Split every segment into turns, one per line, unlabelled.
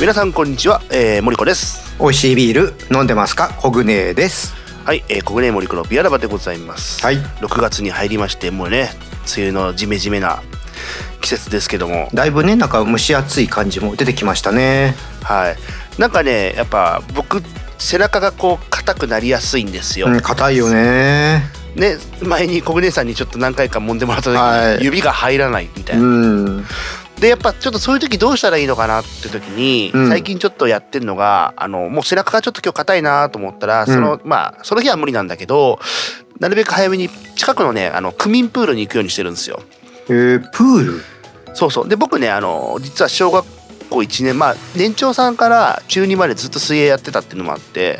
皆さんこんにちは、えー、森子です
美味しいビール飲んでますかコグネです
はい、えー、小暮森子のビアラバでございます、
はい
6月に入りましてもうね梅雨のジメジメな季節ですけども
だいぶねなんか蒸し暑い感じも出てきましたね
はいなんかねやっぱ僕背中がこう硬くなりやすいんですよ、
うん硬いよね
ね前に小暮さんにちょっと何回か揉んでもらった時に、
はい
指が入らないみたいうな、
ん
でやっぱちょっとそういう時どうしたらいいのかなって時に、
うん
最近ちょっとやってるのがあのもう背中がちょっと今日硬いなと思ったら、
うん
そのまあその日は無理なんだけどなるべく早めに近くのねあの区民プールに行くようにしてるんですよ。
えー、プール
そうそうで僕ねあの実は小学校1年まあ年長さんから中2までずっと水泳やってたっていうのもあって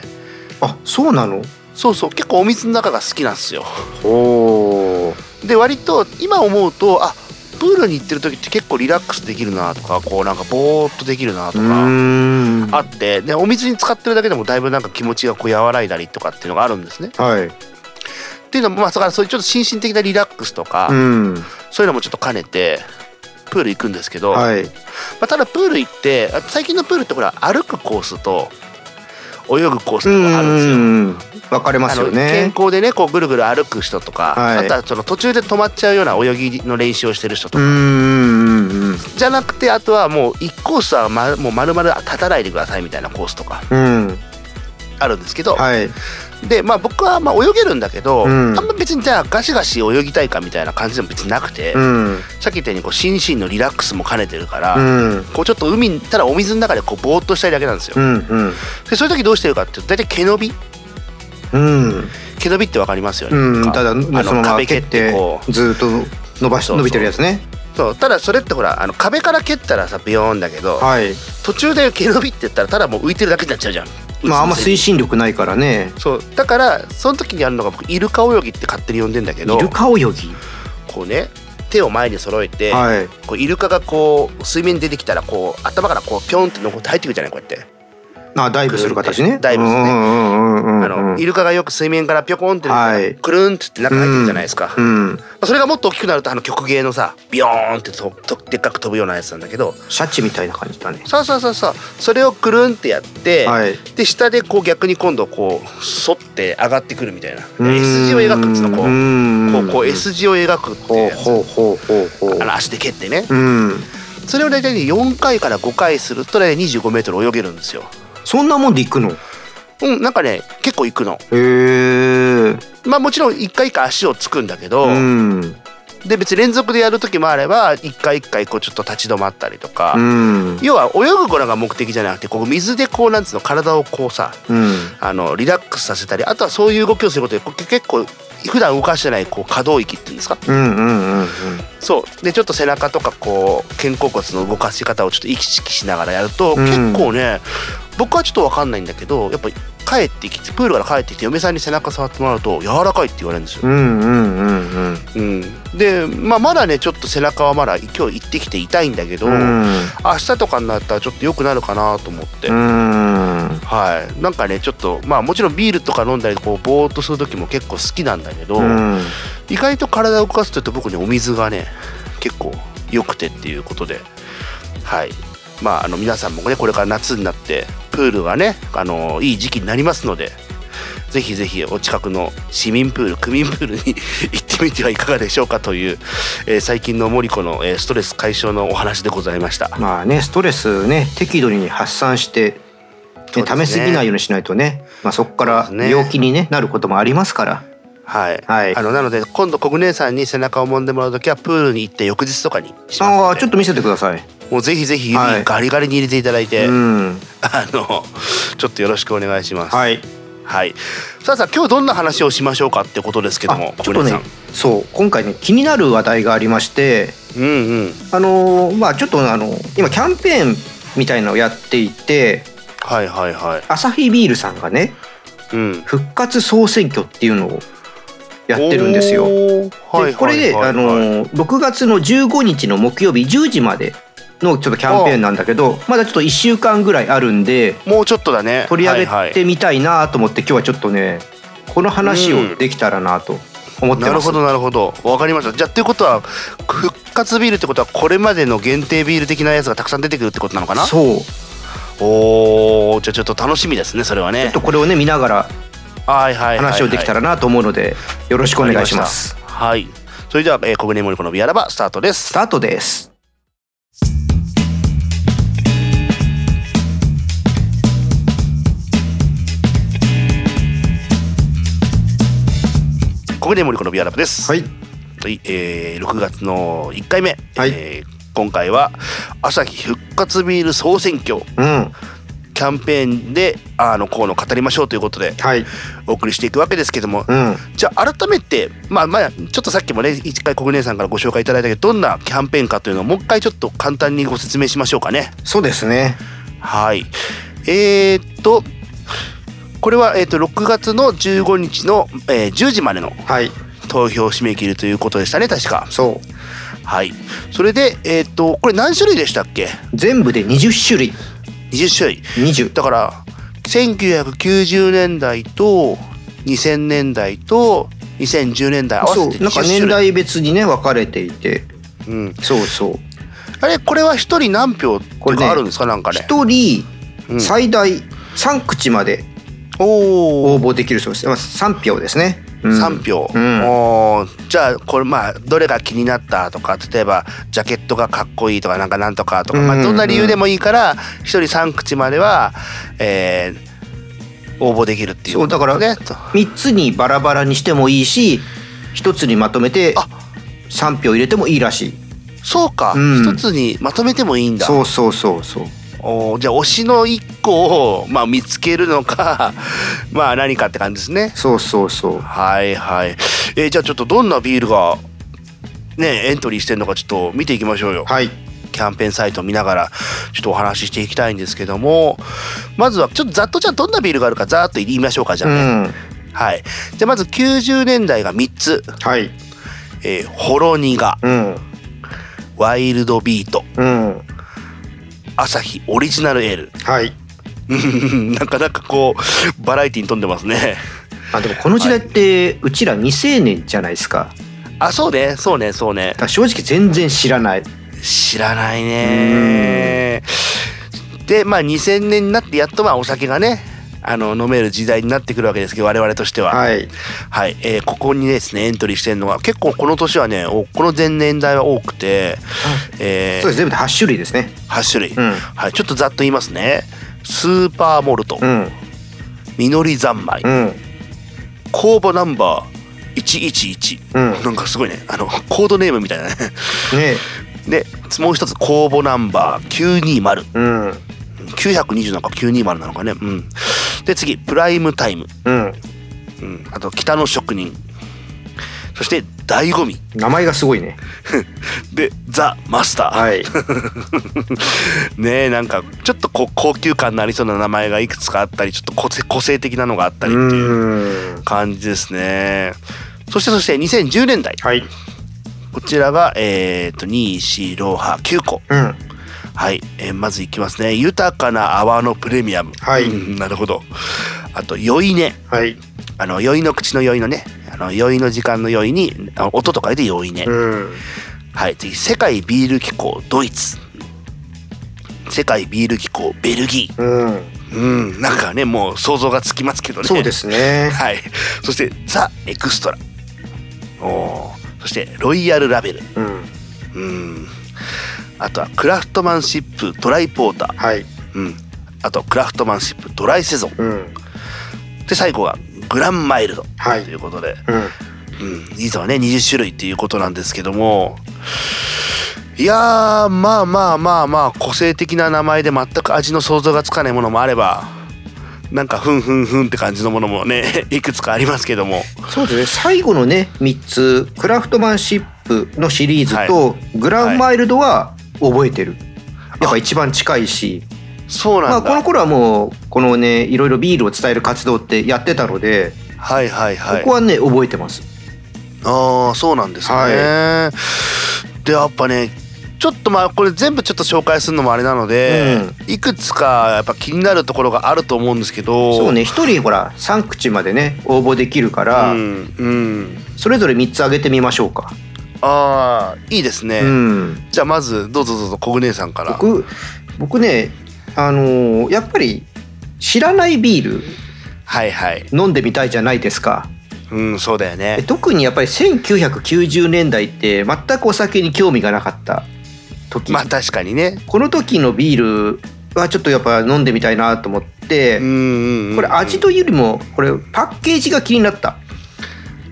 あそうなの
そうそう結構お水の中が好きなんですよ。
おー
で割と今思うとあプールに行ってる時って結構リラックスできるなとかこうなんかぼーっとできるな
う
とか。
ーん
あってでお水に浸かってるだけでもだいぶなんか気持ちがこう和らいだりとかっていうのがあるんですね。
はい
っていうのもまあだからそういうちょっと心身的なリラックスとか、
うん
そういうのもちょっと兼ねてプール行くんですけど、ま
はい
あ、ただプール行ってあ最近のプールってほら歩くコースと泳ぐコース
う
とかあるんですよ。
ん分かれます
あの
よね
健康でねこうぐるぐる歩く人とか、
はい
あとはその途中で止まっちゃうような泳ぎの練習をしてる人と
う
か、
んうん
じゃなくてあとはもう1コースは、ま、もう丸々立たないでくださいみたいなコースとか
うんうん
あるんですけど、
はい
でまあ僕はまあ泳げるんだけど、
うん
あんま別にじゃあガシガシ泳ぎたいかみたいな感じでも別になくて、
うん
さっき言ったようにこう心身のリラックスも兼ねてるから、
うん
こうちょっと海にただお水の中でこうぼーっとしたいだけなんですよ
う。んうん
でそういう時どうしてるかっていうと大体毛伸び
うん
毛伸びってわかりますよね。
う
なん
ん、
か
ただ
あ
そのま
の
ま
壁
蹴
蹴っ
って
てこう
ずーっと伸ばし
そうそう
伸びてるやつね
そうただそれってほらあの壁から蹴ったらさビヨーンだけど、
はい
途中で毛伸びって言ったらただもう浮いてるだけになっちゃうじゃん。
まああんま推
進
進力ないからね
そうだからその時にあるのが僕イルカ泳ぎって勝手に呼んでんだけ
イ
ど
ルカ泳ぎ
こうね手を前に揃えて、
はい
こうイルカがこう水面に出てきたらこう頭からこうピョンって残って入ってくるじゃないこうやって、
あダイブする形ね
ダイブですね
うんうんうんうんうん
あのイルカがよく水面からピョコンって出て
はい
くるんってって中に入ってくるじゃないですか、
う
ま
ん
あそれがもっと大きくなるとあの曲芸のさビヨーンってととでっかく飛ぶようなやつなんだけど
シャチみたいな感じだね
そうそうそうそうそれをくるんってやって、
はい
で下でこう逆に今度こう反って上がってくるみたいな
うん
S 字を描くんですよこう
うん
こうこう S 字を描くっていう
ほう
やつ
ほうほうほうほう
あの足で蹴ってね
うん
それを大体ね4回から5回すると大体25メートル泳げるんですよ
そんなもんで行くのへ
うん、なんかね結構行くの
え
まあもちろん一回一回足をつくんだけど、
うん
で別に連続でやる時もあれば一回一回こうちょっと立ち止まったりとか、
うん
要は泳ぐことが目的じゃなくてこう水でこうなんつうの体をこうさ
うん
あのリラックスさせたりあとはそういう動きをすることでこう結構普段動かしてないこう可動域っていうんですか
うんうんうんうん
そうでちょっと背中とかこう肩甲骨の動かし方をちょっと意識しながらやると、
うん
結構ね僕はちょっと分かんないんだけどやっぱり帰ってきてプールから帰ってきて嫁さんに背中触ってもらうと柔らかいって言われるんですよ
う、んうんうんうん
うん、で、まあ、まだねちょっと背中はまだ今日行ってきて痛いんだけど、
うん
明日とかになったらちょっと良くなるかなと思って、
うん
はいなんかねちょっとまあもちろんビールとか飲んだりこうぼーっとする時も結構好きなんだけど、
うん
意外と体を動かすというと僕ねお水がね結構良くてっていうことではいまああの皆さんもねこれから夏になってプールがねあのいい時期になりますのでぜひぜひお近くの市民プール区民プールに 行ってみてはいかがでしょうかという、えー最近の森子の、えーストレス解消のお話でございました。
まあねストレスね適度に発散して、ね
そうです
溜
ね
めすぎないようにしないとね、まあ、そこか
そ
ら
うですね
病気に、ね、なることもありますから
はい、
はい
あのなので今度国姉さんに背中を揉んでもらう時はプールに行って翌日とかにしますので
ああちょっと見せてください、
もうぜひぜひ
はい
指ガリガリに入れていただいて、
うん
あのちょっとよろしくお願いします。
はい
はい。さあさあ今日どんな話をしましょうかってことですけども、
あちょっとね
小
そう今回ね気になる話題がありまして
林さんうんうん。
あのーまあちょっとあの今キャンペーンみたいのをやっていて
はいはいはい。
アサヒビールさんがね
うん。
復活総選挙っていうのをやってるんですよ。
おー。はいはいはいはい
でこれで、あのー6月の15日の木曜日10時までのちょっとキャンペーンなんだけどまだちょっと1週間ぐらいあるんで
もうちょっとだね。
取り上
はい
げ
はい
てみたいなと思って、今日はちょっとねこの話
うん
をできたらなと思って
な
ま
る
す。
ほどなるほどわかりましたじゃあっていうことは復活ビールってことはこれまでの限定ビール的なやつがたくさん出てくるってことなのかな
そう
おおじゃあちょっと楽しみですねそれはね
ちょっとこれをね見ながら
はいはいはいはい
話をできたらなと思うのでよろしくお願いします。
はいそれでは、えー、小舟森子のビアラバスタートです
スタートです。
小舟森子のビアラバです
はい。
はい、えー、6月の1回目、
はい
えー今回は朝日復活ビール総選挙
うん。
キャンペーンであのこうの語りましょうということで
はい。
お送りしていくわけですけども、
うん。
じゃあ改めてまあまあちょっとさっきもね一回国根さんからご紹介いただいたけどどんなキャンペーンかというのをもう一回ちょっと簡単にご説明しましょうかね。
そうですね。
はい。えー、っと、これは、えーっと、6月の15日の、えー10時までの
はい。
投票締め切りということでしたね、確か。
そう。
はい。それで、えーっと、これ何種類でしたっけ
全部で20種類。
?20 種類。
20。
だから、1990年代と2000年代と2010年代合わ
そ
せ
う
て。20
なんか
種類。
年代別にね、分かれていて。
うん。
そうそう。
あれ、これは一人何票と
これね
かあるんですか、なんかね。
一人
うん
最大3口まで
おー
応募できるそうです。まあ、3票ですね。うん
3票、
うん
おーじゃあこれまあどれが気になったとか例えばジャケットがかっこいいとかなんかなんとかとか、ま
うんう
あ、
んうん
どんな理由でもいいから1人3口までは、えー応募できるっていうこと
そうだから
ねと
3つにバラバラにしてもいいし1つにまとめて
あ
3票入れてもいいらしい
そうか、
うん
一つにまとめてもいいんだ
そうそうそうそう
おーじゃあ推しの1個を、まあ、見つけるのか まあ何かって感じですね
そうそうそう
はいはい、えーじゃあちょっとどんなビールがねエントリーしてるのかちょっと見ていきましょうよ
はい
キャンペーンサイトを見ながらちょっとお話ししていきたいんですけどもまずはちょっとざっとじゃあどんなビールがあるかざーっと言いましょうかじゃ
う
あね、
ん
はいじゃあまず90年代が3つ、
はい
えーホロニガ
うん
ワイルドビート
うん
アサヒオリジナルエール
はい
うん なかなかこうバラエティに富んでますね
あでもこの時代って、うちら未成年じゃないですか
あそうねそうねそうね
だから正直全然知らない
知らないねでまあ2000年になってやっとまあお酒がねあの飲める時代になってくるわけですけど我々としては
はい
はい、えーここにですねエントリーしてるのが結構この年はねおこの前年代は多くて、えー
そうです全部で8種類ですね
8種類、
うん
はい、ちょっとざっと言いますねスーパーモルト、
うん
みのり三昧
うん
酵母ナンバー111、
うん
なんかすごいねあのコードネームみたいなね
ね
でもう一つ酵母ナンバー
うん
920920なのか920なのかねうんで次プライムタイム、
うん
うん、あと北の職人そして醍醐味
名前がすごいね
でザ・マスター、
はい
ねえなんかちょっとこう高級感のありそうな名前がいくつかあったりちょっと個性個性的なのがあったりっていう
うん
感じですねそしてそして2010年代
はい
こちらがえっ、と2459個
うん
はい、えーまずいきますね豊かな泡のプレミアム
はい
うんなるほどあと酔いね
はい
あの酔いの口の酔いのねあの酔いの時間の酔いにあの音とかで酔いね、
うん
はい次世界ビール機構ドイツ世界ビール機構ベルギー
うん
うん、なんかね、もう想像がつきますけどね。。
そうですすね。
はい。そして、ザ・エクストラ。おーそして、ロイヤルラベル。
うん。
うん。あとは、クラフトマンシップドライポーター。
はい。
うん。あと、クラフトマンシップドライセゾン。
うん。
で、最後が、グランマイルド。
はい
ということで、
うん。
うん。以上ね、20種類っていうことなんですけども、いやー、まあまあまあまあ、個性的な名前で全く味の想像がつかないものもあれば、なんかふんふんふんって感じのものもね、 いくつかありますけども。
そうですね。最後のね、三つ、クラフトマンシップのシリーズと、グランマイルドは覚えてる。やっぱ一番近いし、
そう
ま
な
あ
んだ。
この頃はもうこのね、いろいろビールを伝える活動ってやってたので、
はいはいはい。
ここはね覚えてます。
ああ、そうなんですね。で、やっぱね、ちょっとまあこれ全部ちょっと紹介するのもあれなので、いくつかやっぱ気になるところがあると思うんですけど。
そう。ね、一人ほら三口までね応募できるか
う
ら、
ん。うん。
それぞれ三つあげてみましょうか。
ああ、いいですね。
うん。
じゃあまずどうぞどうぞ小舟さんから。
僕僕ねあのーやっぱり知らないビール
はいはい
飲んでみたいじゃないですか
うんそうだよ
で
ね
特にやっぱり1990年代って全くお酒に興味がなかった時、
まあ確かにね
この時のビールはちょっとやっぱ飲んでみたいなと思って、
うんうんうん
これ味というよりもこれパッケージが気になった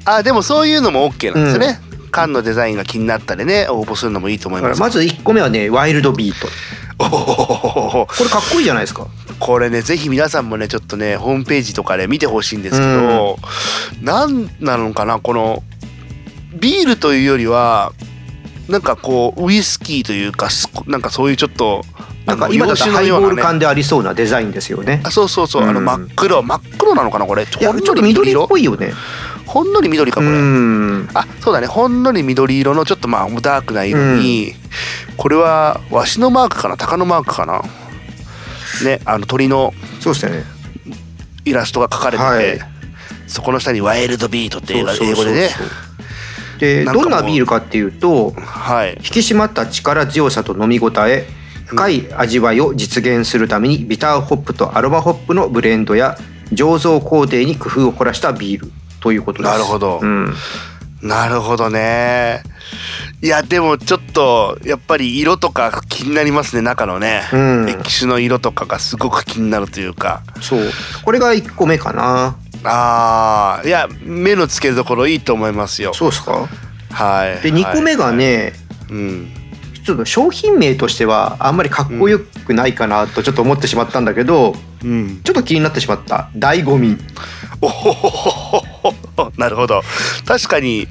あでもそういうのも OK なんですよね、缶のデザインが気になったでね応募するのもいいと思いま
だから
す
まず1個目はねワイルドビート
おー
これかっこいいじゃないですか
これねぜひ皆さんもねちょっとねホームページとかで見てほしいんですけど、なんなのかなこのビールというよりはなんかこうウイスキーというかすなんかそういうちょっと
なん
あ
か
の
今だと
洋
ハ
酒
イ
のよ
ボ
うな
ー
ね
ル感でありそうなデザインですよね
あそうそうそう、あの
うん
真っ黒真っ黒なのかなこれ
いやちょっと緑っぽいよね
ほんのり緑か
う
これ、
ん
あそうだねほんのり緑色のちょっとまあダークな色に、これはわしのマークかな鷹のマークかなねあの鳥の
そうですよね
イラストが描かれてて、
はい
そこの下に「ワイルドビート」って英語
そうそうそうそう
英語でね
で
なんかも
ど
うん
なビールかっていうと
はい
引き締まった力強さと飲み応え深い味わいを実現するためにビターホップとアロマホップのブレンドや醸造工程に工夫を凝らしたビールということです
なるほど
うん、
なるほどねいやでもちょっとやっぱり色とか気になりますね中のね、
うん
歴史の色とかがすごく気になるというか
そうこれが1個目かな
あーいや目の付けどころいいと思いますよ
そうですか
はい
で2個目が、ね、
はいうん
ちょっと商品名としてはあんまりかっこよくないかなとちょっと思ってしまったんだけど、
うん、
ちょっと気になってしまった醍醐味
おほほほほほ なるほど確かに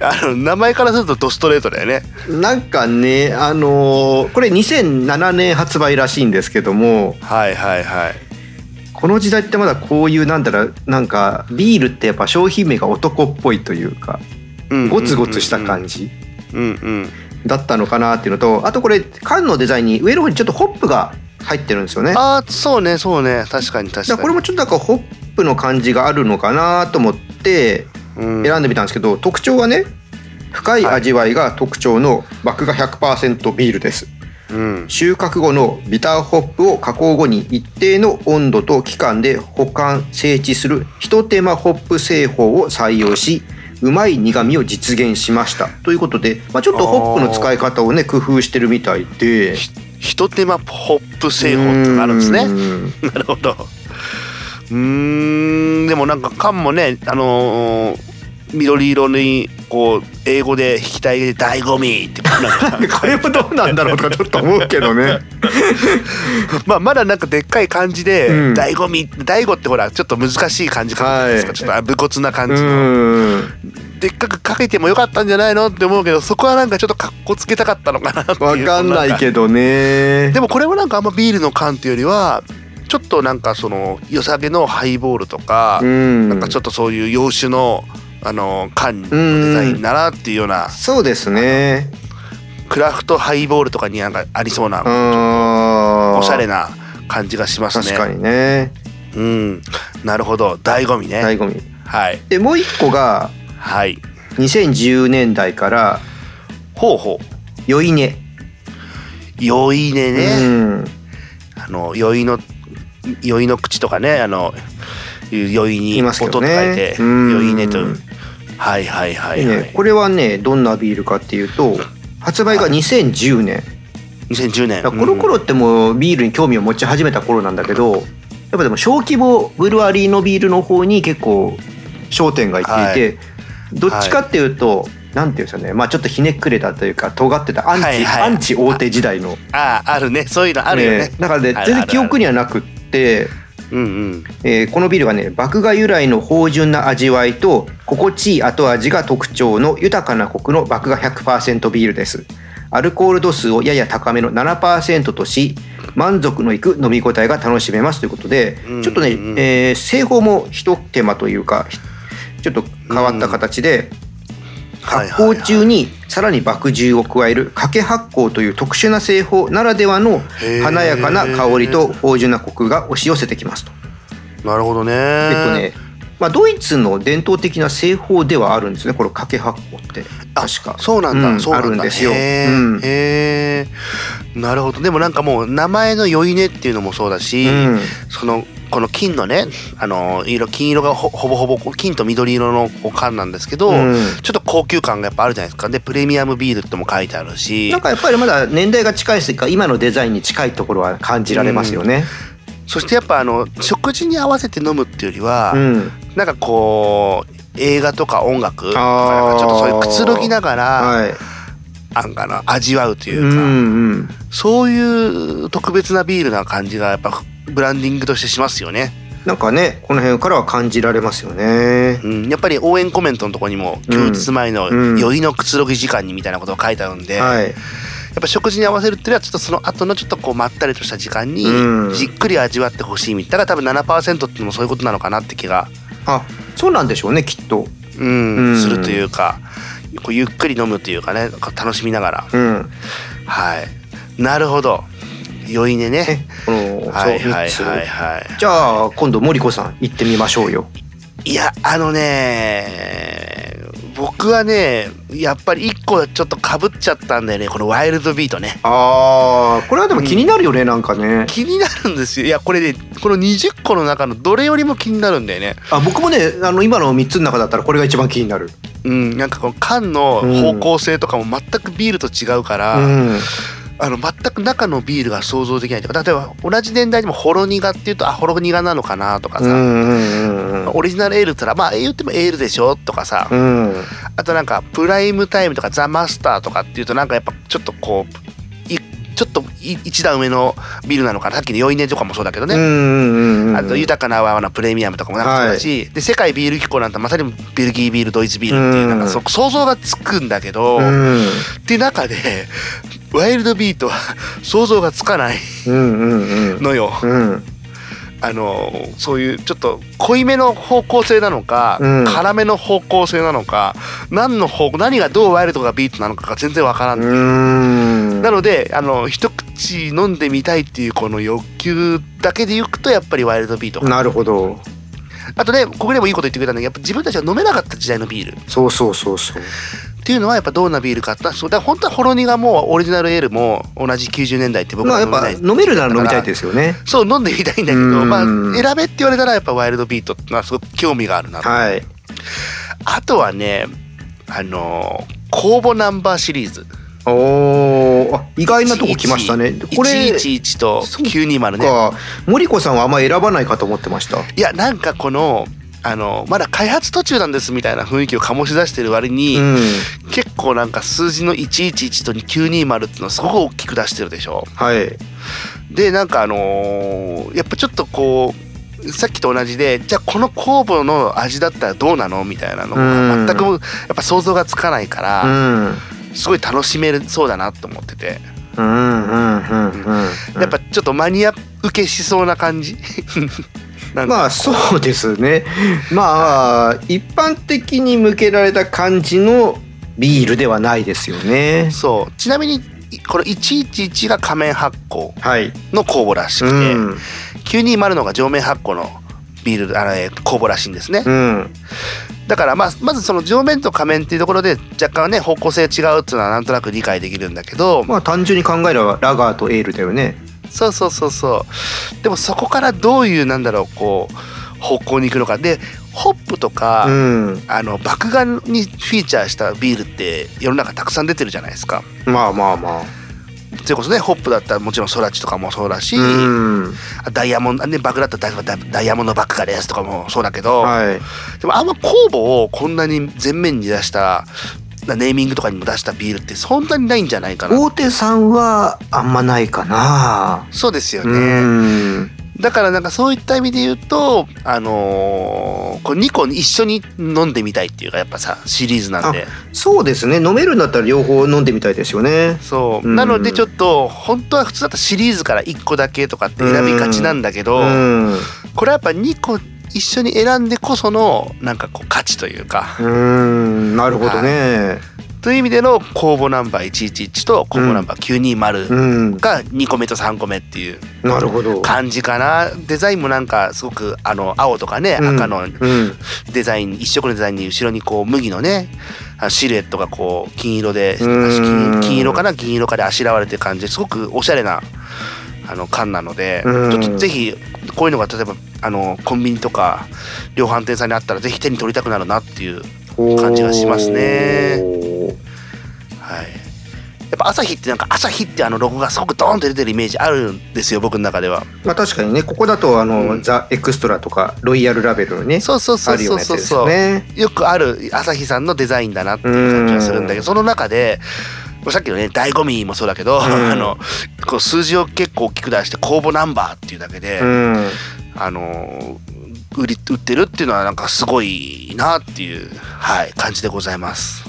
あの名前からするとドストレートだよね
なんかねあのーこれ2007年発売らしいんですけども
はいはいはい
この時代ってまだこういうなんだろうなんかビールってやっぱ商品名が男っぽいというかゴツゴツした感
じ
じ
うんうん
だったのかなっていうのとあとこれ缶のデザインに上の方にちょっとホップが入ってるんですよね。
ああそうねそうね確かに確
だ
からに
かこれもちょっとなんかホップの感じがあるのかなと思って
うん
選んでみたんですけど、特徴はね深い味わいが特徴の麦芽100%ビールです
うん
収穫後のビターホップを加工後に一定の温度と期間で保管整地するひと手間ホップ製法を採用しうまい苦味を実現しましたということで、まあ、ちょっとホップの使い方をね工夫してるみたいで
ひと手間ホップ製法ってのがあるんです
う
ね
ん
なるほどうーんでもなんか缶もねあのー緑色にこう英語で引きたいで醍醐味 ってなんか
これもどうなんだろうとかちょっと思うけどね
まあまだなんかでっかい感じで
うん
醍醐味醍醐ってほらちょっと難しい感じかもしれないですか
はい
ちょっとあ武骨な感じの
うん
でっかくかけてもよかったんじゃないのって思うけどそこはなんかちょっとかっこつけたかったのかなっていう
わかんないけどね
でもこれはなんかあんまビールの缶っていうよりはちょっとなんかその良さげのハイボールとか、
うん、
なんかちょっとそういう洋酒のあの缶の
うんう
デ
ん
ザインならっていうような
そうですね
クラフトハイボールとかになんかありそうな
お
おしゃれな感じがしますね。
確かにね
うん、なるほど醍醐味ね。
醍醐味
はい
でもう一個が
はい。
2010年代から
ほうほ
「酔いね
う酔いね」
う
ね、
ん
あの酔いの酔いの口とかねあの酔い
言
に
い
音
ますけ
と
ど
書い
ね
て
うん
酔いねとはいはいはいい
い
は
ね
い。
これはねどんなビールかっていうと発売が2010年、
2010年
だからこの頃ってもうビールに興味を持ち始めた頃なんだけどやっぱでも小規模ブルワリーのビールの方に結構焦点がいっていて、どっちかっていうと、なんていうんですかねまあちょっとひねくれたというか尖ってたアンチ、
はいはい
アンチ大手時代の、
あああるねそういうのあるよね
えーだからね
あるある
全然記憶にはなくって。
うんうん
えーこのビールはね麦芽由来の芳醇な味わいと心地いい後味が特徴の豊かなコクの麦芽100%ビールですアルコール度数をやや高めの7%とし満足のいく飲み応えが楽しめますということで
うん
ちょっとね、
うん
えー製法も一手間というかひちょっと変わった形で
はい
発
はいはい
酵中にさらに麦汁を加える掛け発酵という特殊な製法ならではの
へー
華やかな香りと芳醇なコクが押し寄せてきますと。
なるほどね
えっとね、まあ、ドイツの伝統的な製法ではあるんですねこの掛け発酵って
あ
確か
そうなんだ、
うん
そうなんだ
あるんですよ
へえ、
うん
へえなるほどでもなんかもう名前の良いねっていうのもそうだし、
うん
そのこの金のねあの色金色がほほぼほぼこう金と緑色のこう缶なんですけど、
うん
ちょっと高級感がやっぱあるじゃないですかでプレミアムビールっても書いてあるし
なんかやっぱりまだ年代が近いせいか今のデザインに近いところは感じられますよね。
そしてやっぱあの食事に合わせて飲むっていうよりは、
うん、
なんかこう映画とか音楽とかな
あー
んかちょっとそういうくつろぎながら、
はい。
ああの味わうといううか、
んうん。
そういう特別なビールな感じがやっぱブランディングとしてしますよね、
なんかねこの辺からは感じられますよね。
うん、やっぱり応援コメントのとこにも「
う
休
ん
日前の
うん
酔いのくつろぎ時間に」みたいなことが書いてあるんで、やっ
はい。
ぱ食事に合わせるっていうのはちょっとその後のちょっとこうまったりとした時間に
うん
じっくり味わってほしいみたいなだから多分7%っていうのもそういうことなのかなって気が、
あそうなんでしょうねきっと。
うん
うん
するというかこうゆっくり飲むというかねこう楽しみながら
うん。
はいなるほど酔いねね
ねこの
はいはい
そう
はい
三
はい
つじゃあ今度森子さん行ってみましょうよ。
いやあのね僕はねやっぱり1個ちょっとかぶっちゃったんだよねこのワイルドビートね
ああこれはでも気になるよね、なんかね。
気になるんですよいやこれねこの20個の中のどれよりも気になるんだよね
あ僕もねあの今の三つの中だったらこれが一番気になる。
うんなんかこの缶の方向性とかも全くビールと違うから、
うん。
あの全く中のビールが想像できないとか例えば同じ年代でもほろ苦っていうとあほろ苦なのかなとか
う
さ、
んうんうん
オリジナルエールって言ったらまあ言ってもエールでしょとかさ、
うん。うん。
あとなんかプライムタイムとかザ・マスターとかっていうとなんかやっぱちょっとこういちょっとい一段上のビールなのかなさっきの酔いねとかもそうだけど
うんう
ね、
んうんうん。
あと豊かな泡のプレミアムとかもなんかそうだし、で世界ビール機構なんてまさにベルギービールドイツビールっていううんなんかそ想像がつくんだけど、
うん
って中でワイルドビートは想像がつかない
うんうん
のよ。
うん。うん。
あのそういうちょっと濃いめの方向性なのか、
うん
辛めの方向性なのか何の方何がどうワイルドがビートなのかが全然わからん、
うん
なのであの一口飲んでみたいっていうこの欲求だけでいくとやっぱりワイルドビート
なるほど
あとねここでもいいこと言ってくれたんだけどやっぱ自分たちは飲めなかった時代のビール
そうそうそうそう
っていうのはやっぱどんなビールかってそうだから本当はほろ苦もオリジナルエールも同じ90年代って僕
まあ
は飲
やっ
めな
ぱ
い
飲めるなら飲みたいですよね
そう飲んでみたいんだけど、
うん
まあ、選べって言われたらやっぱワイルドビートってのはすごく興味があるなと
はい
あとはね、あのー公募ナンバーシリーズ。
おーあ意外なとこ来ましたねこれ
111と920ね。
か森子さんはあんま選ばないかと思ってました
いや、なんかこの、あのーまだ開発途中なんですみたいな雰囲気を醸し出してる割に、
うん
結構なんか数字の111と920ってのはすごく大きく出してるでしょ。
はい
で、なんかあのーやっぱちょっとこう、さっきと同じでじゃあこの酵母の味だったらどうなのみたいなの
う
が
ん
全くやっぱ想像がつかないか
う
ら、
ん
すごい楽しめるそうだなと思ってて
うんうんうんうん
やっぱちょっとマニア受けしそうな感じなんか
まあそうですね まあ一般的に向けられた感じのビールではないですよね
そうちなみにこの111が仮面発酵
はい
の酵母らし
う
くて、
ん
920のが上面発酵のビールあのえー酵母らしいんですね、
うん
だからまあまずその上面と仮面っていうところで若干ね方向性違うっていうのはなんとなく理解できるんだけど、
まあ単純に考えればラガーとエールだよね
そうそうそうそうでもそこからどういうなんだろうこう方向に行くのかでホップとか、
うん
あの麦芽にフィーチャーしたビールって世の中たくさん出てるじゃないですか
まあまあまあ
それこそねホップだったらもちろんソラチとかもそうだし、
うん
ダイヤモンドね麦だったらダイダイヤモンドバッグがですとかもそうだけど、
はい
でもあんま酵母をこんなに前面に出したネーミングとかにも出したビールってそんなにないんじゃないかな
大手さんはあんまないかな
そうですよ
う
ね、
ん
だからなんかそういった意味で言うとあのーこう2個一緒に飲んでみたいっていうかやっぱさシリーズなんで
そうですね飲めるんだったら両方飲んでみたいですよね
そう、
うん
なのでちょっと本当は普通だったらシリーズから1個だけとかって選びがちなんだけど、
うんう
これはやっぱ2個一緒に選んでこそのなんかこう価値というか、
んなるほどね
という意味での公募ナンバー111と公募ナンバー
う
920
ん
が2個目と3個目っていう
なるほど
感じかなデザインもなんかすごくあの青とかね
うん
赤の
うん
デザイン一色のデザインに後ろにこう麦のねあシルエットがこう金色で
う
金
ん
金色かな銀色かであしらわれてる感じですごくおしゃれなあの缶なのでち
うん
ょっとぜひこういうのが例えばあのコンビニとか量販店さんにあったらぜひ手に取りたくなるなっていう、感じがしますね
おー
はい、やっぱ朝日ってなんか朝日ってあのロゴがすごくドーンと出てるイメージあるんですよ僕の中では。
まあ確かにねここだとあの、
うん
ザ・エクストラとかロイヤルラベルのね
そうそうそ
あ
う
る
そうう
よなやつ
そう
です
そう
よね
よくある朝日さんのデザインだなっていう感じがするんだけ
う
どその中でさっきのね醍醐味もそうだけど、 あのこう数字を結構大きく出して公募ナンバーっていうだけで、
うん
あの売り売ってるっていうのはなんかすごいなっていう、はい、感じでございます。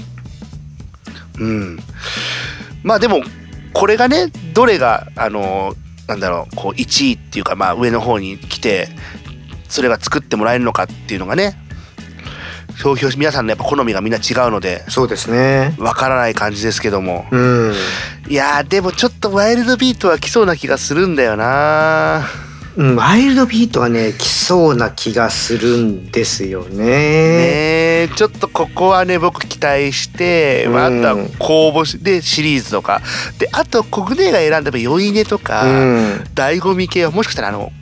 うん、まあでもこれがねどれがあのなんだろうこう1位っていうか、まあ、上の方に来てそれが作ってもらえるのかっていうのがね投票皆さんのやっぱ好みがみんな違うので
そうですね
わからない感じですけども
うん
いやーでもちょっとワイルドビートは来そうな気がするんだよな
うんワイルドビートはね来そうな気がするんですよね
ねえちょっとここはね僕期待して、まあ、あ
うん
とは公募しでシリーズとかであとコグネが選んだ「酔いね」と
う
か、
ん
醍醐味系はもしかしたらあの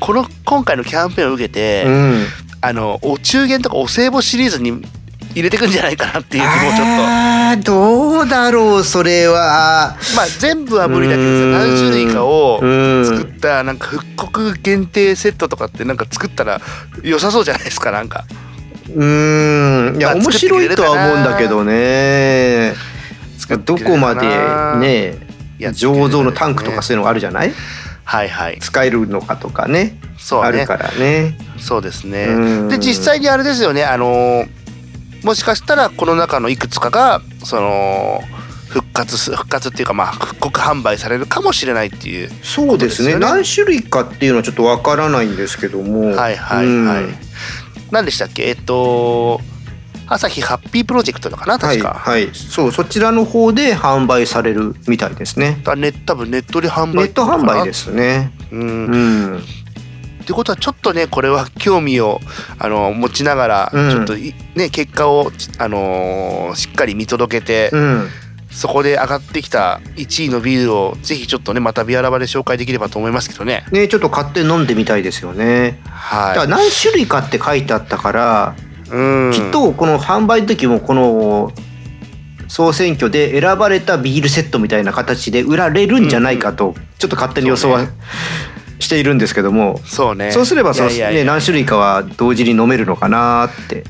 この今回のキャンペーンを受けて、
うん
あのお中元とかお歳暮シリーズに入れてくんじゃないかなっていう気もちょっと。
あーどうだろうそれは
まあ全部は無理だけどさ
うん
何種類かを
うん
作ったなんか復刻限定セットとかってなんか作ったら良さそうじゃないですかなんか
うんいや、
まあ
面白いとは思うんだけどね
作って
ど
くれる
こ
か
ま
な
で
や
ね
ってくれる
醸造のタンクとか
ね
そういうのがあるじゃない
はいはい
使えるのかとかね
そう
あ
ね
るからね
そうです
う
ね
ん
で実際にあれですよねあのーもしかしたらこの中のいくつかがその復活す復活っていうかまあ復刻販売されるかもしれないっていう
そうですね
ことですよね
何種類かっていうのはちょっとわからないんですけども
はいはいはい、
うん
何でしたっけえっと朝日ハッピープロジェクトのかな
は
確
い、
か、
はい、そうそちらの方で販売されるみたいですね
だね多分ネットで販売、
ネット販売ですすね
うん
う
っ
ん
てことはちょっとねこれは興味をあの持ちながら、
うん
ちょっといね結果をあのーしっかり見届けて、
うん
そこで上がってきた1位のビールをぜひちょっとねまたビアラバで紹介できればと思いますけどね
ねちょっと買って飲んでみたいですよねだから
は
何種類かって書いてあったから
いうん
きっとこの販売の時もこの総選挙で選ばれたビールセットみたいな形で売られるんじゃないかとちょっと勝手に予想
そう
は
ね
しているんですけども
そうね
そうすればその
いやいやい
ね
や
何種類かは同時に飲めるのかなって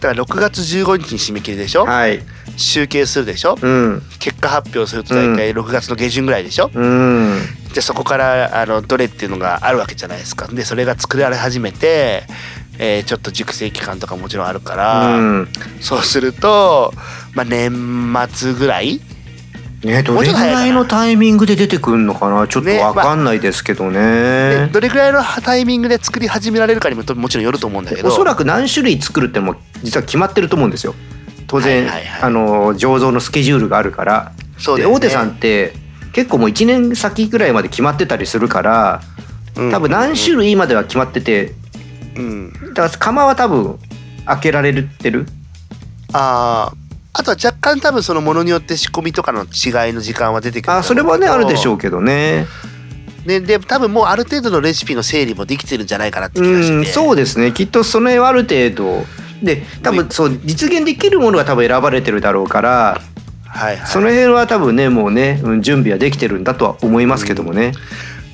だから6月15日に締め切りでしょ
はい
集計するでしょ
うん
結果発表すると大体6月の下旬ぐらいでしょ、
うん
じゃあそこからあのどれっていうのがあるわけじゃないですかでそれが作られ始めて、えーちょっと熟成期間とかもちろんあるから、
うん
そうすると、まあ、年末ぐらい
ねど
もう
れ
ちょっと
ぐ
早いから
いのタイミングで出てくるのかなちょっと
ね
わかんないですけど
で
ね
どれぐらいのタイミングで作り始められるかにもともちろんよると思うんだけど
おそらく何種類作るっても実は決まってると思うんですよ当
はい
然、
はいはい
あの醸造のスケジュールがあるから
そうだ
で
よね
大手さんって結構もう1年先ぐらいまで決まってたりするから
うん
多分何種類までは決まってて
うん
だから釜は多分開けられてる
あああとは若干多分そのものによって仕込みとかの違いの時間は出てくると思
あ
うけど
それはねあるでしょうけどね
ねで多分もうある程度のレシピの整理もできてるんじゃないかなって気がして
うんそうですねきっとその辺はある程度で多分そう実現できるものが多分選ばれてるだろうから
はいはい、
その辺は多分ねもうねうん準備はできてるんだとは思いますけどもね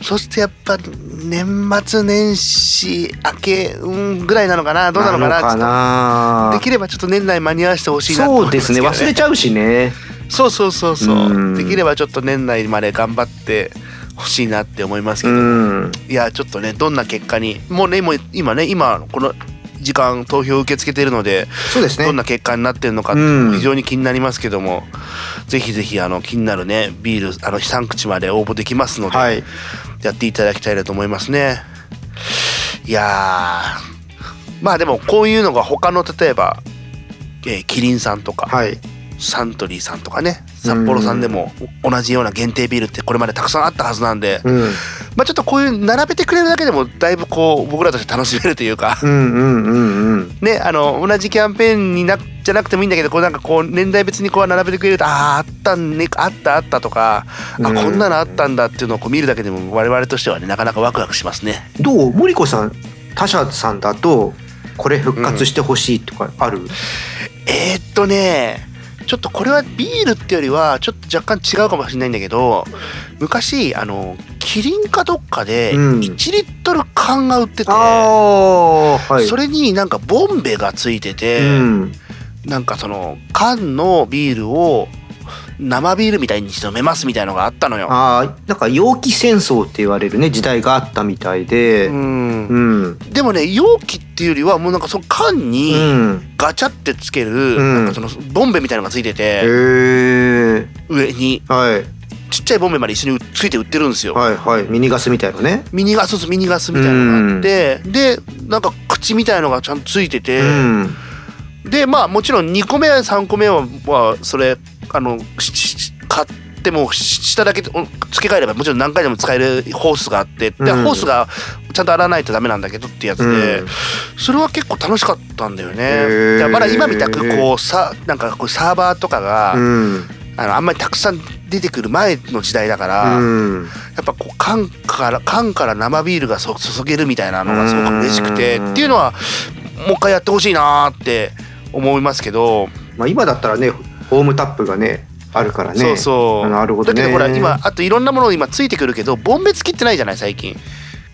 そしてやっぱ年末年始明け、うん、ぐらいなのかなどうなのかな
のか
ちょっ
な
とできればちょっと年内間に合わせてほしいなと思い
そ
ます
うですね
けど
忘れちゃうしね
そうそうそうそう
うん
できればちょっと年内まで頑張ってほしいなって思いますけ
う
ど、
ん
いやちょっとねどんな結果にもうねもう今ね今この時間投票受け付けてるので、
そうですね
どんな結果になってるのか
うん
非常に気になりますけども、ぜひぜひあの気になるねビールあの3口まで応募できますので、
はい
やっていただきたいなと思いますね。いやーまあでもこういうのが他の例えば、えーキリンさんとか、
はい
サントリーさんとかね札幌さんでも同じような限定ビールってこれまでたくさんあったはずなんで、
うん
まあ、ちょっとこういう並べてくれるだけでもだいぶこう僕らとして楽しめるというか
うんうんうんうん
ね、あの同じキャンペーンになじゃなくてもいいんだけどこうなんかこう年代別にこう並べてくれるとあああったねあったあったとか、
うん
あこんなのあったんだっていうのをこう見るだけでも我々としてはねなかなかワクワクしますね
どう森子さん他社さんだとこれ復活してほしいとかある、
えー、っとねちょっとこれはビールってよりはちょっと若干違うかもしれないんだけど昔あのキリンかどっかで
うん
1リットル缶が売ってて、
あーはい
それになんかボンベがついてて、
うん、
なんかその缶のビールを生ビールみたいにして飲めますみたいのがあったのよ。
ああなんか容器戦争って言われるね時代があったみたいで
う、
うんん
でもね容器っていうよりはもうなんかその缶
う
に
ん
ガチャってつける、
ん
なんかそのボンベみたいのがついて
へ
て
え
上に
はい
ちっちゃいボンベまで一緒について売ってるんですよ。
はいはいミニガスみたいなね
ミニガスミニガスみたいのがあって、でなんか口みたいのがちゃんとついてて、
うん
でまあもちろん2個目3個目は、まあ、それあのしし買ってもし下だけお付け替えればもちろん何回でも使えるホースがあって、で
うん
ホースがちゃんと洗わないとダメなんだけどってやつで、それは結構楽しかったんだよ
へ
ね。
ー
だからまだ今みたくこうさなんかこうサーバーとかが、
うん
あのあんまりたくさん出てくる前の時代だから、や
うん
っぱこう缶から缶から生ビールがそ注げるみたいなのがすごく嬉しくて
うん
っていうのはもう一回やってほしいなーって思いますけど。
まあ今だったらねホームタップがねあるからね
そうそう。
なるほどね
だけどほら今あといろんなもの今ついてくるけどボンベ付きってないじゃない最近。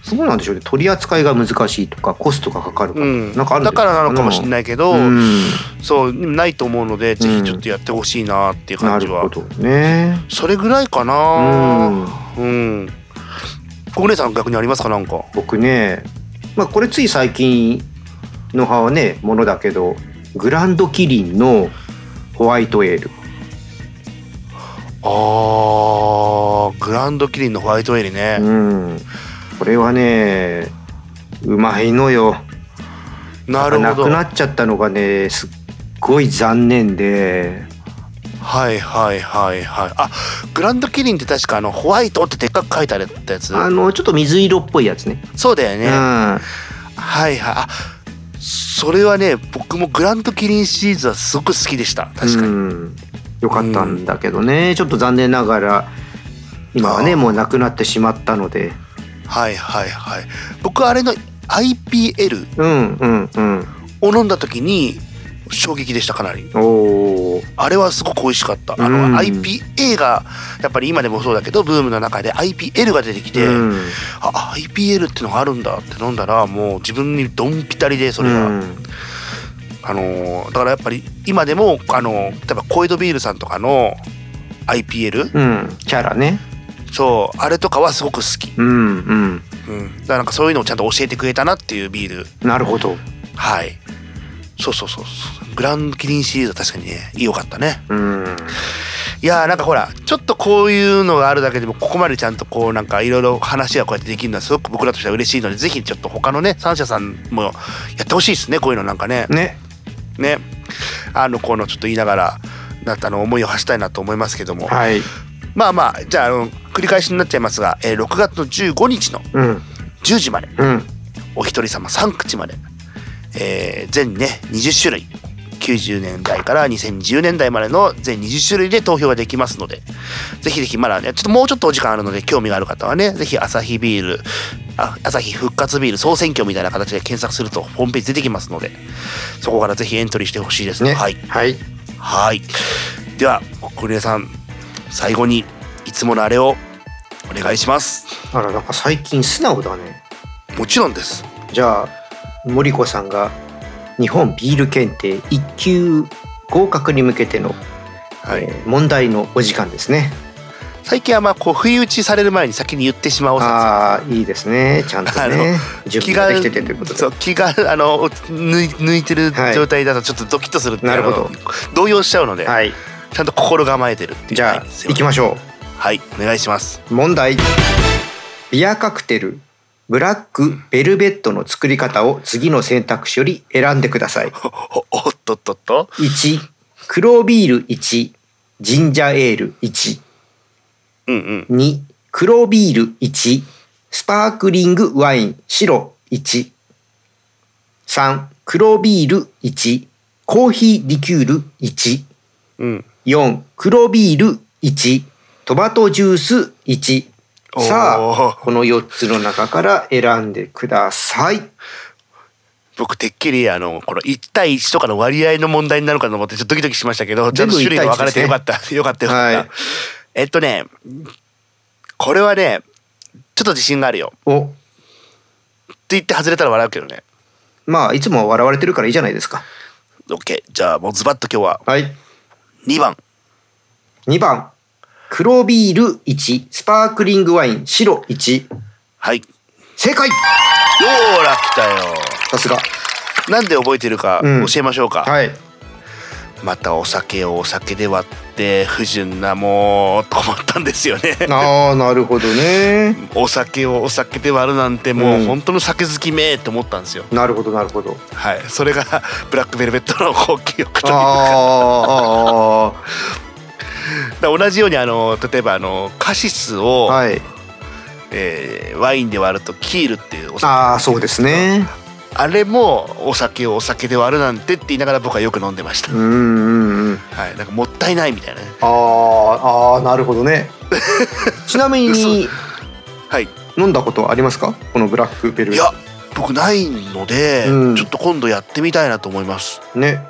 そうなんでしょうね取り扱いが難しいとかコストがかかるか
う
ら、
ん。
なんかあるん
だからなのかもしれ
い
ないけど、そうないと思うのでぜひちょっとやってほしいなっていう
な
感
る
じは。
ほどね
それぐらいか
う
な。
ん
うん。小暮さん逆にありますかなんか。
僕ねまあこれつい最近のはねものだけどグランドキリンのホワイトエール
あーグランドキリンのホワイトエリね。
うんこれはねうまいのよ
なる
な
ほ
く
ど。
な
は
っちゃったのがねすっごい残念で
いはいはいはい。あグランドキリンって確かあのホワイトってでっかく書いてあったやつ。
あのちょっと水色っぽいやつね
そうだよ
う
ね。
ん、あ
はいはいあそれはね僕もグランドキリンシリーズはすごく好きでした確かに、
うん、よかったんだけどね、ちょっと残念ながら今は
あ
ね
ー
もうなくなってしまったので
はいはいはい僕あれの IPL
うんうんうん
を飲んだ時に衝撃でしたかなり
おー
あれはすごく美味しかったあ
うん
の IPA がやっぱり今でもそうだけどブームの中で IPL が出てきて、
うん
あ IPL ってのがあるんだって飲んだらもう自分にドンピタリでそれが、
うん
あのーだからやっぱり今でもあのー例えばコイドビールさんとかの IPL
うんキャラね
そうあれとかはすごく好き
うんうん
うん、だからなんかそういうのをちゃんと教えてくれたなっていうビール
なるほど
はいそうそうそうそうグランドキリンシリーズは確かにね良かったね
うん
いやーなんかほらちょっとこういうのがあるだけでもここまでちゃんとこうなんかいろいろ話がこうやってできるのはすごく僕らとしては嬉しいのでぜひちょっと他のね三社さんもやってほしいですねこういうのなんかね
ね
ねあのこういうのちょっと言いながらなあの思いを発したいなと思いますけども
はい
まあまあじゃああの繰り返しになっちゃいますが、えー6月の15日の
うん
10時まで
うん
お一人様3口まで、えー全ね20種類90年代から2010年代までの全20種類で投票ができますのでぜひぜひまだねちょっともうちょっとお時間あるので興味がある方はねぜひ朝日ビールあ朝日復活ビール総選挙みたいな形で検索するとホームページ出てきますのでそこからぜひエントリーしてほしいです
ね
ねはい
はい
はいでは小暮さん最後にいつものあれをお願いします
あらなんか最近素直だね
もちろんです
じゃあ森子さんが日本ビール検定1級合格に向けての、
はい
えー問題のお時間ですね
最近はまあこう不意打ちされる前に先に言ってしまおうさ
ああーいいですねちゃんとね準備ができててということ
そう
で
気があの抜い抜いてる
はい
状態だとちょっとドキッとするっていう
なるほど
あの動揺しちゃうので、
はい
ちゃんと心構えてるっていう
じゃあ
はいすい
行き
ま
ましょ
せんはいお願いします
う問題ビアカクテルブラックベルベットの作り方を次の選択肢より選んでください
おおおっとっとっと
1黒ビール1ジンジャーエール1
うんうん
2黒ビール1スパークリングワイン白1。3、黒ビール1。コーヒーリキュール1。
うん。
4、黒ビール1。トマトジュース1。さ
お
あ、
ー
この4つの中から選んでください。
僕てっきりあのこの1対1とかの割合の問題になるかと思ってちょっとドキドキしましたけどちゃんと種類が分かれてよかった、 よかったよかった、
はい
えっとねこれはねちょっと自信があるよ
お、
って言って外れたら笑うけどね
まあ、いつも笑われてるからいいじゃないですか。
OK じゃあもうズバッと今日は
はい。
2番
2番、黒ビール1、スパークリングワイン白1。
はいよ
正解
ーら来たよ
さすが。
なんで覚えてるか
うん
教えましょうか、
はい。
またお酒をお酒で割って不純なもう困ったんですよね
ああ、なるほどね。
お酒をお酒で割るなんても
うん
う本当の酒好きめーって思ったんですよ
なるほど、なるほど。
はい、それが ブラックベルベットのこう記憶というか
あーあー、あ
だから同じようにあの例えばあのカシス
ー
を、
はい。
えーワインで割るとキールっていうお酒
ああ、そうですね。
あれもお酒をお酒で割るなんてって言いながら僕はよく飲んでました
う、んうんうん。
はい、なんかもったいないみたいなね
ああ、ああ、なるほ どね。ちなみに、
はい
飲んだことありますかこのブラックベル
いや僕ないので、
うん
ちょっと今度やってみたいなと思います
ね。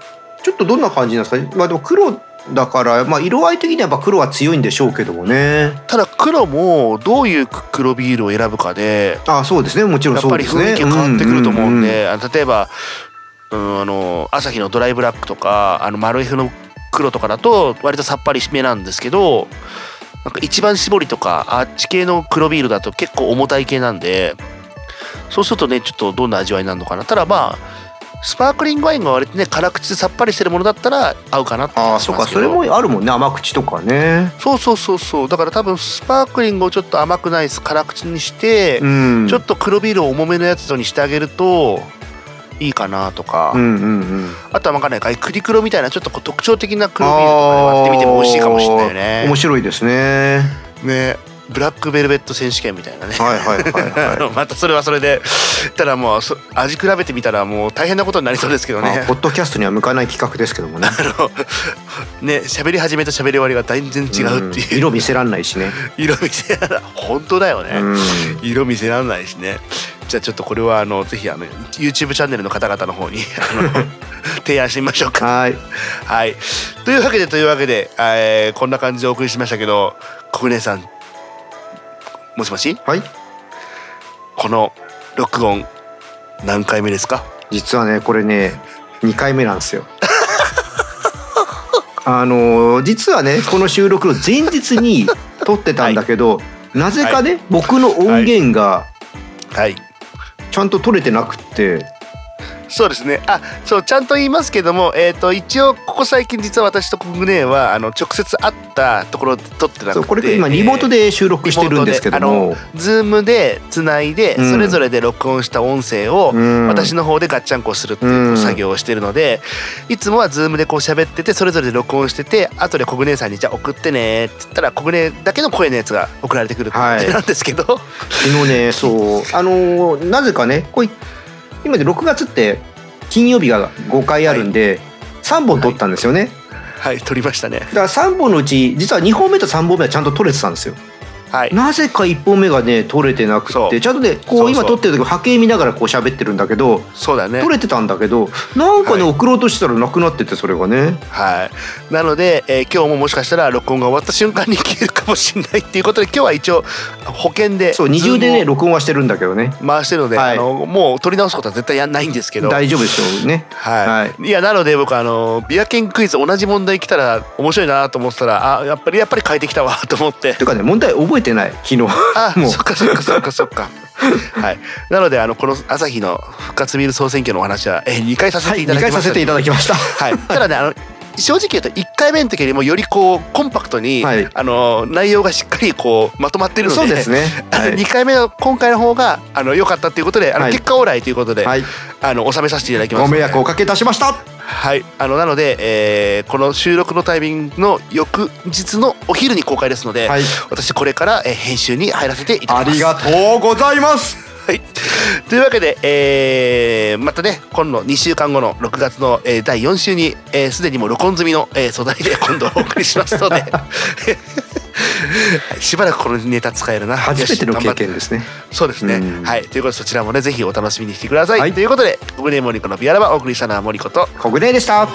ちょっとどんな感じなんですかまあでも黒だから、まあ色合い的にはやっぱ黒は強いんでしょうけどもね。
ただ黒もどういう黒ビールを選ぶかで
ああ、そうですね。もちろん
やっ
そ
ぱ
う
り
ですね。
雰囲気が変わってくると思うん
う
で、あの例えば、うん、あの朝日のドライブラックとかあのマルエフの黒とかだと割とさっぱりしめなんですけどなんか一番搾りとかあっち系の黒ビールだと結構重たい系なんでそうするとねちょっとどんな味わいになるのかなただまあスパークリングワインが割とね辛口でさっぱりしてるものだったら合うかなって気
あ
が
あ、
し
そう
ま
か。
すけど
それもあるもんね。甘口とかね。
そうそうそうそうだから多分スパークリングをちょっと甘くないです辛口にして、
うん。
ちょっと黒ビールを重めのやつにしてあげるといいかなとか、
うんうんうん。
あとは分かんないかクリ黒みたいなちょっとこう特徴的な黒ビールとかで割ってみても美味しいかもしれないよね
面白いですね。
ねブラックベルベット選手権みたいなね、
はいはいはい
あ
は
のまたそれはそれでただもうそ味比べてみたらもう大変なことになりそうですけど
い。まあ、
ね
ポッドキャストには向かない企画ですけどもね。
あのね喋り始めと喋り終わりが全然違うって
ん
いう、
色見せらんないしね。
色見せなら本当だよね、
うん。
色見せられないしねじゃあちょっとこれはあのぜひあの YouTube チャンネルの方々の方に あの提案してみましょうか。
はい。
はい、というわけでというわけで、えーこんな感じでお送りしましたけど国根さんもしもし
はい。
この録音何回目ですか
実はね、これね、2回目なんですよ。 あのー実はね、この収録の前日に撮ってたんだけど、なぜかね、僕の音源が
はい
ちゃんと取れてなくって、
そうですねあそうちゃんと言いますけども、えー、と一応ここ最近実は私と国根はあの直接会ったところで撮ってなくて
そうこれ今リモートで収録してるんですけども、
ズームでつないで
うん
それぞれで録音した音声を
うん
私の方でガッチャンコするっていう
う
こ
ん
う作業をしてるのでいつもはズームでこう喋っててそれぞれで録音してて後でコグネさんに「じゃあ送ってね」って言ったらコグネだけの声のやつが送られてくるって
はい
感じなんですけど、
昨日ね、そう、あのーなぜかね、こうい今で6月って金曜日が5回あるんで、3本撮ったんですよね。
はい撮りましたね。
だから3本のうち実は2本目と3本目はちゃんと取れてたんですよ
はい、
なぜか1本目がね取れてなく
そ
て
う
ちゃんとねこ
そうう
今
そう
撮ってる時波形見ながらこう喋ってるんだけど
そうだね
取れてたんだけどなんかね
は
送ろうとしたらなくなっててそれがね
はい、なので、えー今日ももしかしたら録音が終わった瞬間に消えるかもしれないっていうことで今日は一応保険で
そう二重でね
Zoom を
録音はしてるんだけどね
回してるので、あ
はい
のもう取り直すことは絶対やんないんですけど
大丈夫でしょうね
はい、い、やなので僕あのビアケンクイズ同じ問題来たら面白いなと思ってたらあやっぱりやっぱり変えてきたわ と思って
ていうかね問題覚えてない昨日
あ
もう
そっかそっかそっかそっかはいなのであのこの朝日の復活ビール総選挙のお話はえ2回させ
は
て
い
いた
2
だき
回
ま
さ
したの
せ
で、
ていただきました
はいただねあの正直言うと1回目の時よりもよりこうコンパクトに、
はい
あの内容がしっかりこうまとまってるので
そうで すね。
あ
は
の
い
2回目の今回の方があの良かったということであの
はい
結果オーライということで、
はい。
あの収めさせていただきます
ご迷惑をおかけいたしました。
はいあのなので、えーこの収録のタイミングの翌日のお昼に公開ですので、
はい。
私これから、えー編集に入らせていただ
あ
きます
りがとうございます。
はい、というわけで、えーまたね今度2週間後の6月の、えー第4週にすで、えー既にもう録音済みの、えー素材 で今度お送りしますのではいしばらくこのネタ使えるな
初めての
よし頑
経
張っ
験ですね。
そうですね
うん
はいということでそちらもねぜひお楽しみにしてください、
はい
ということで「小暮モニコのビアラバ」お送りしたのはモニコと
小暮でした。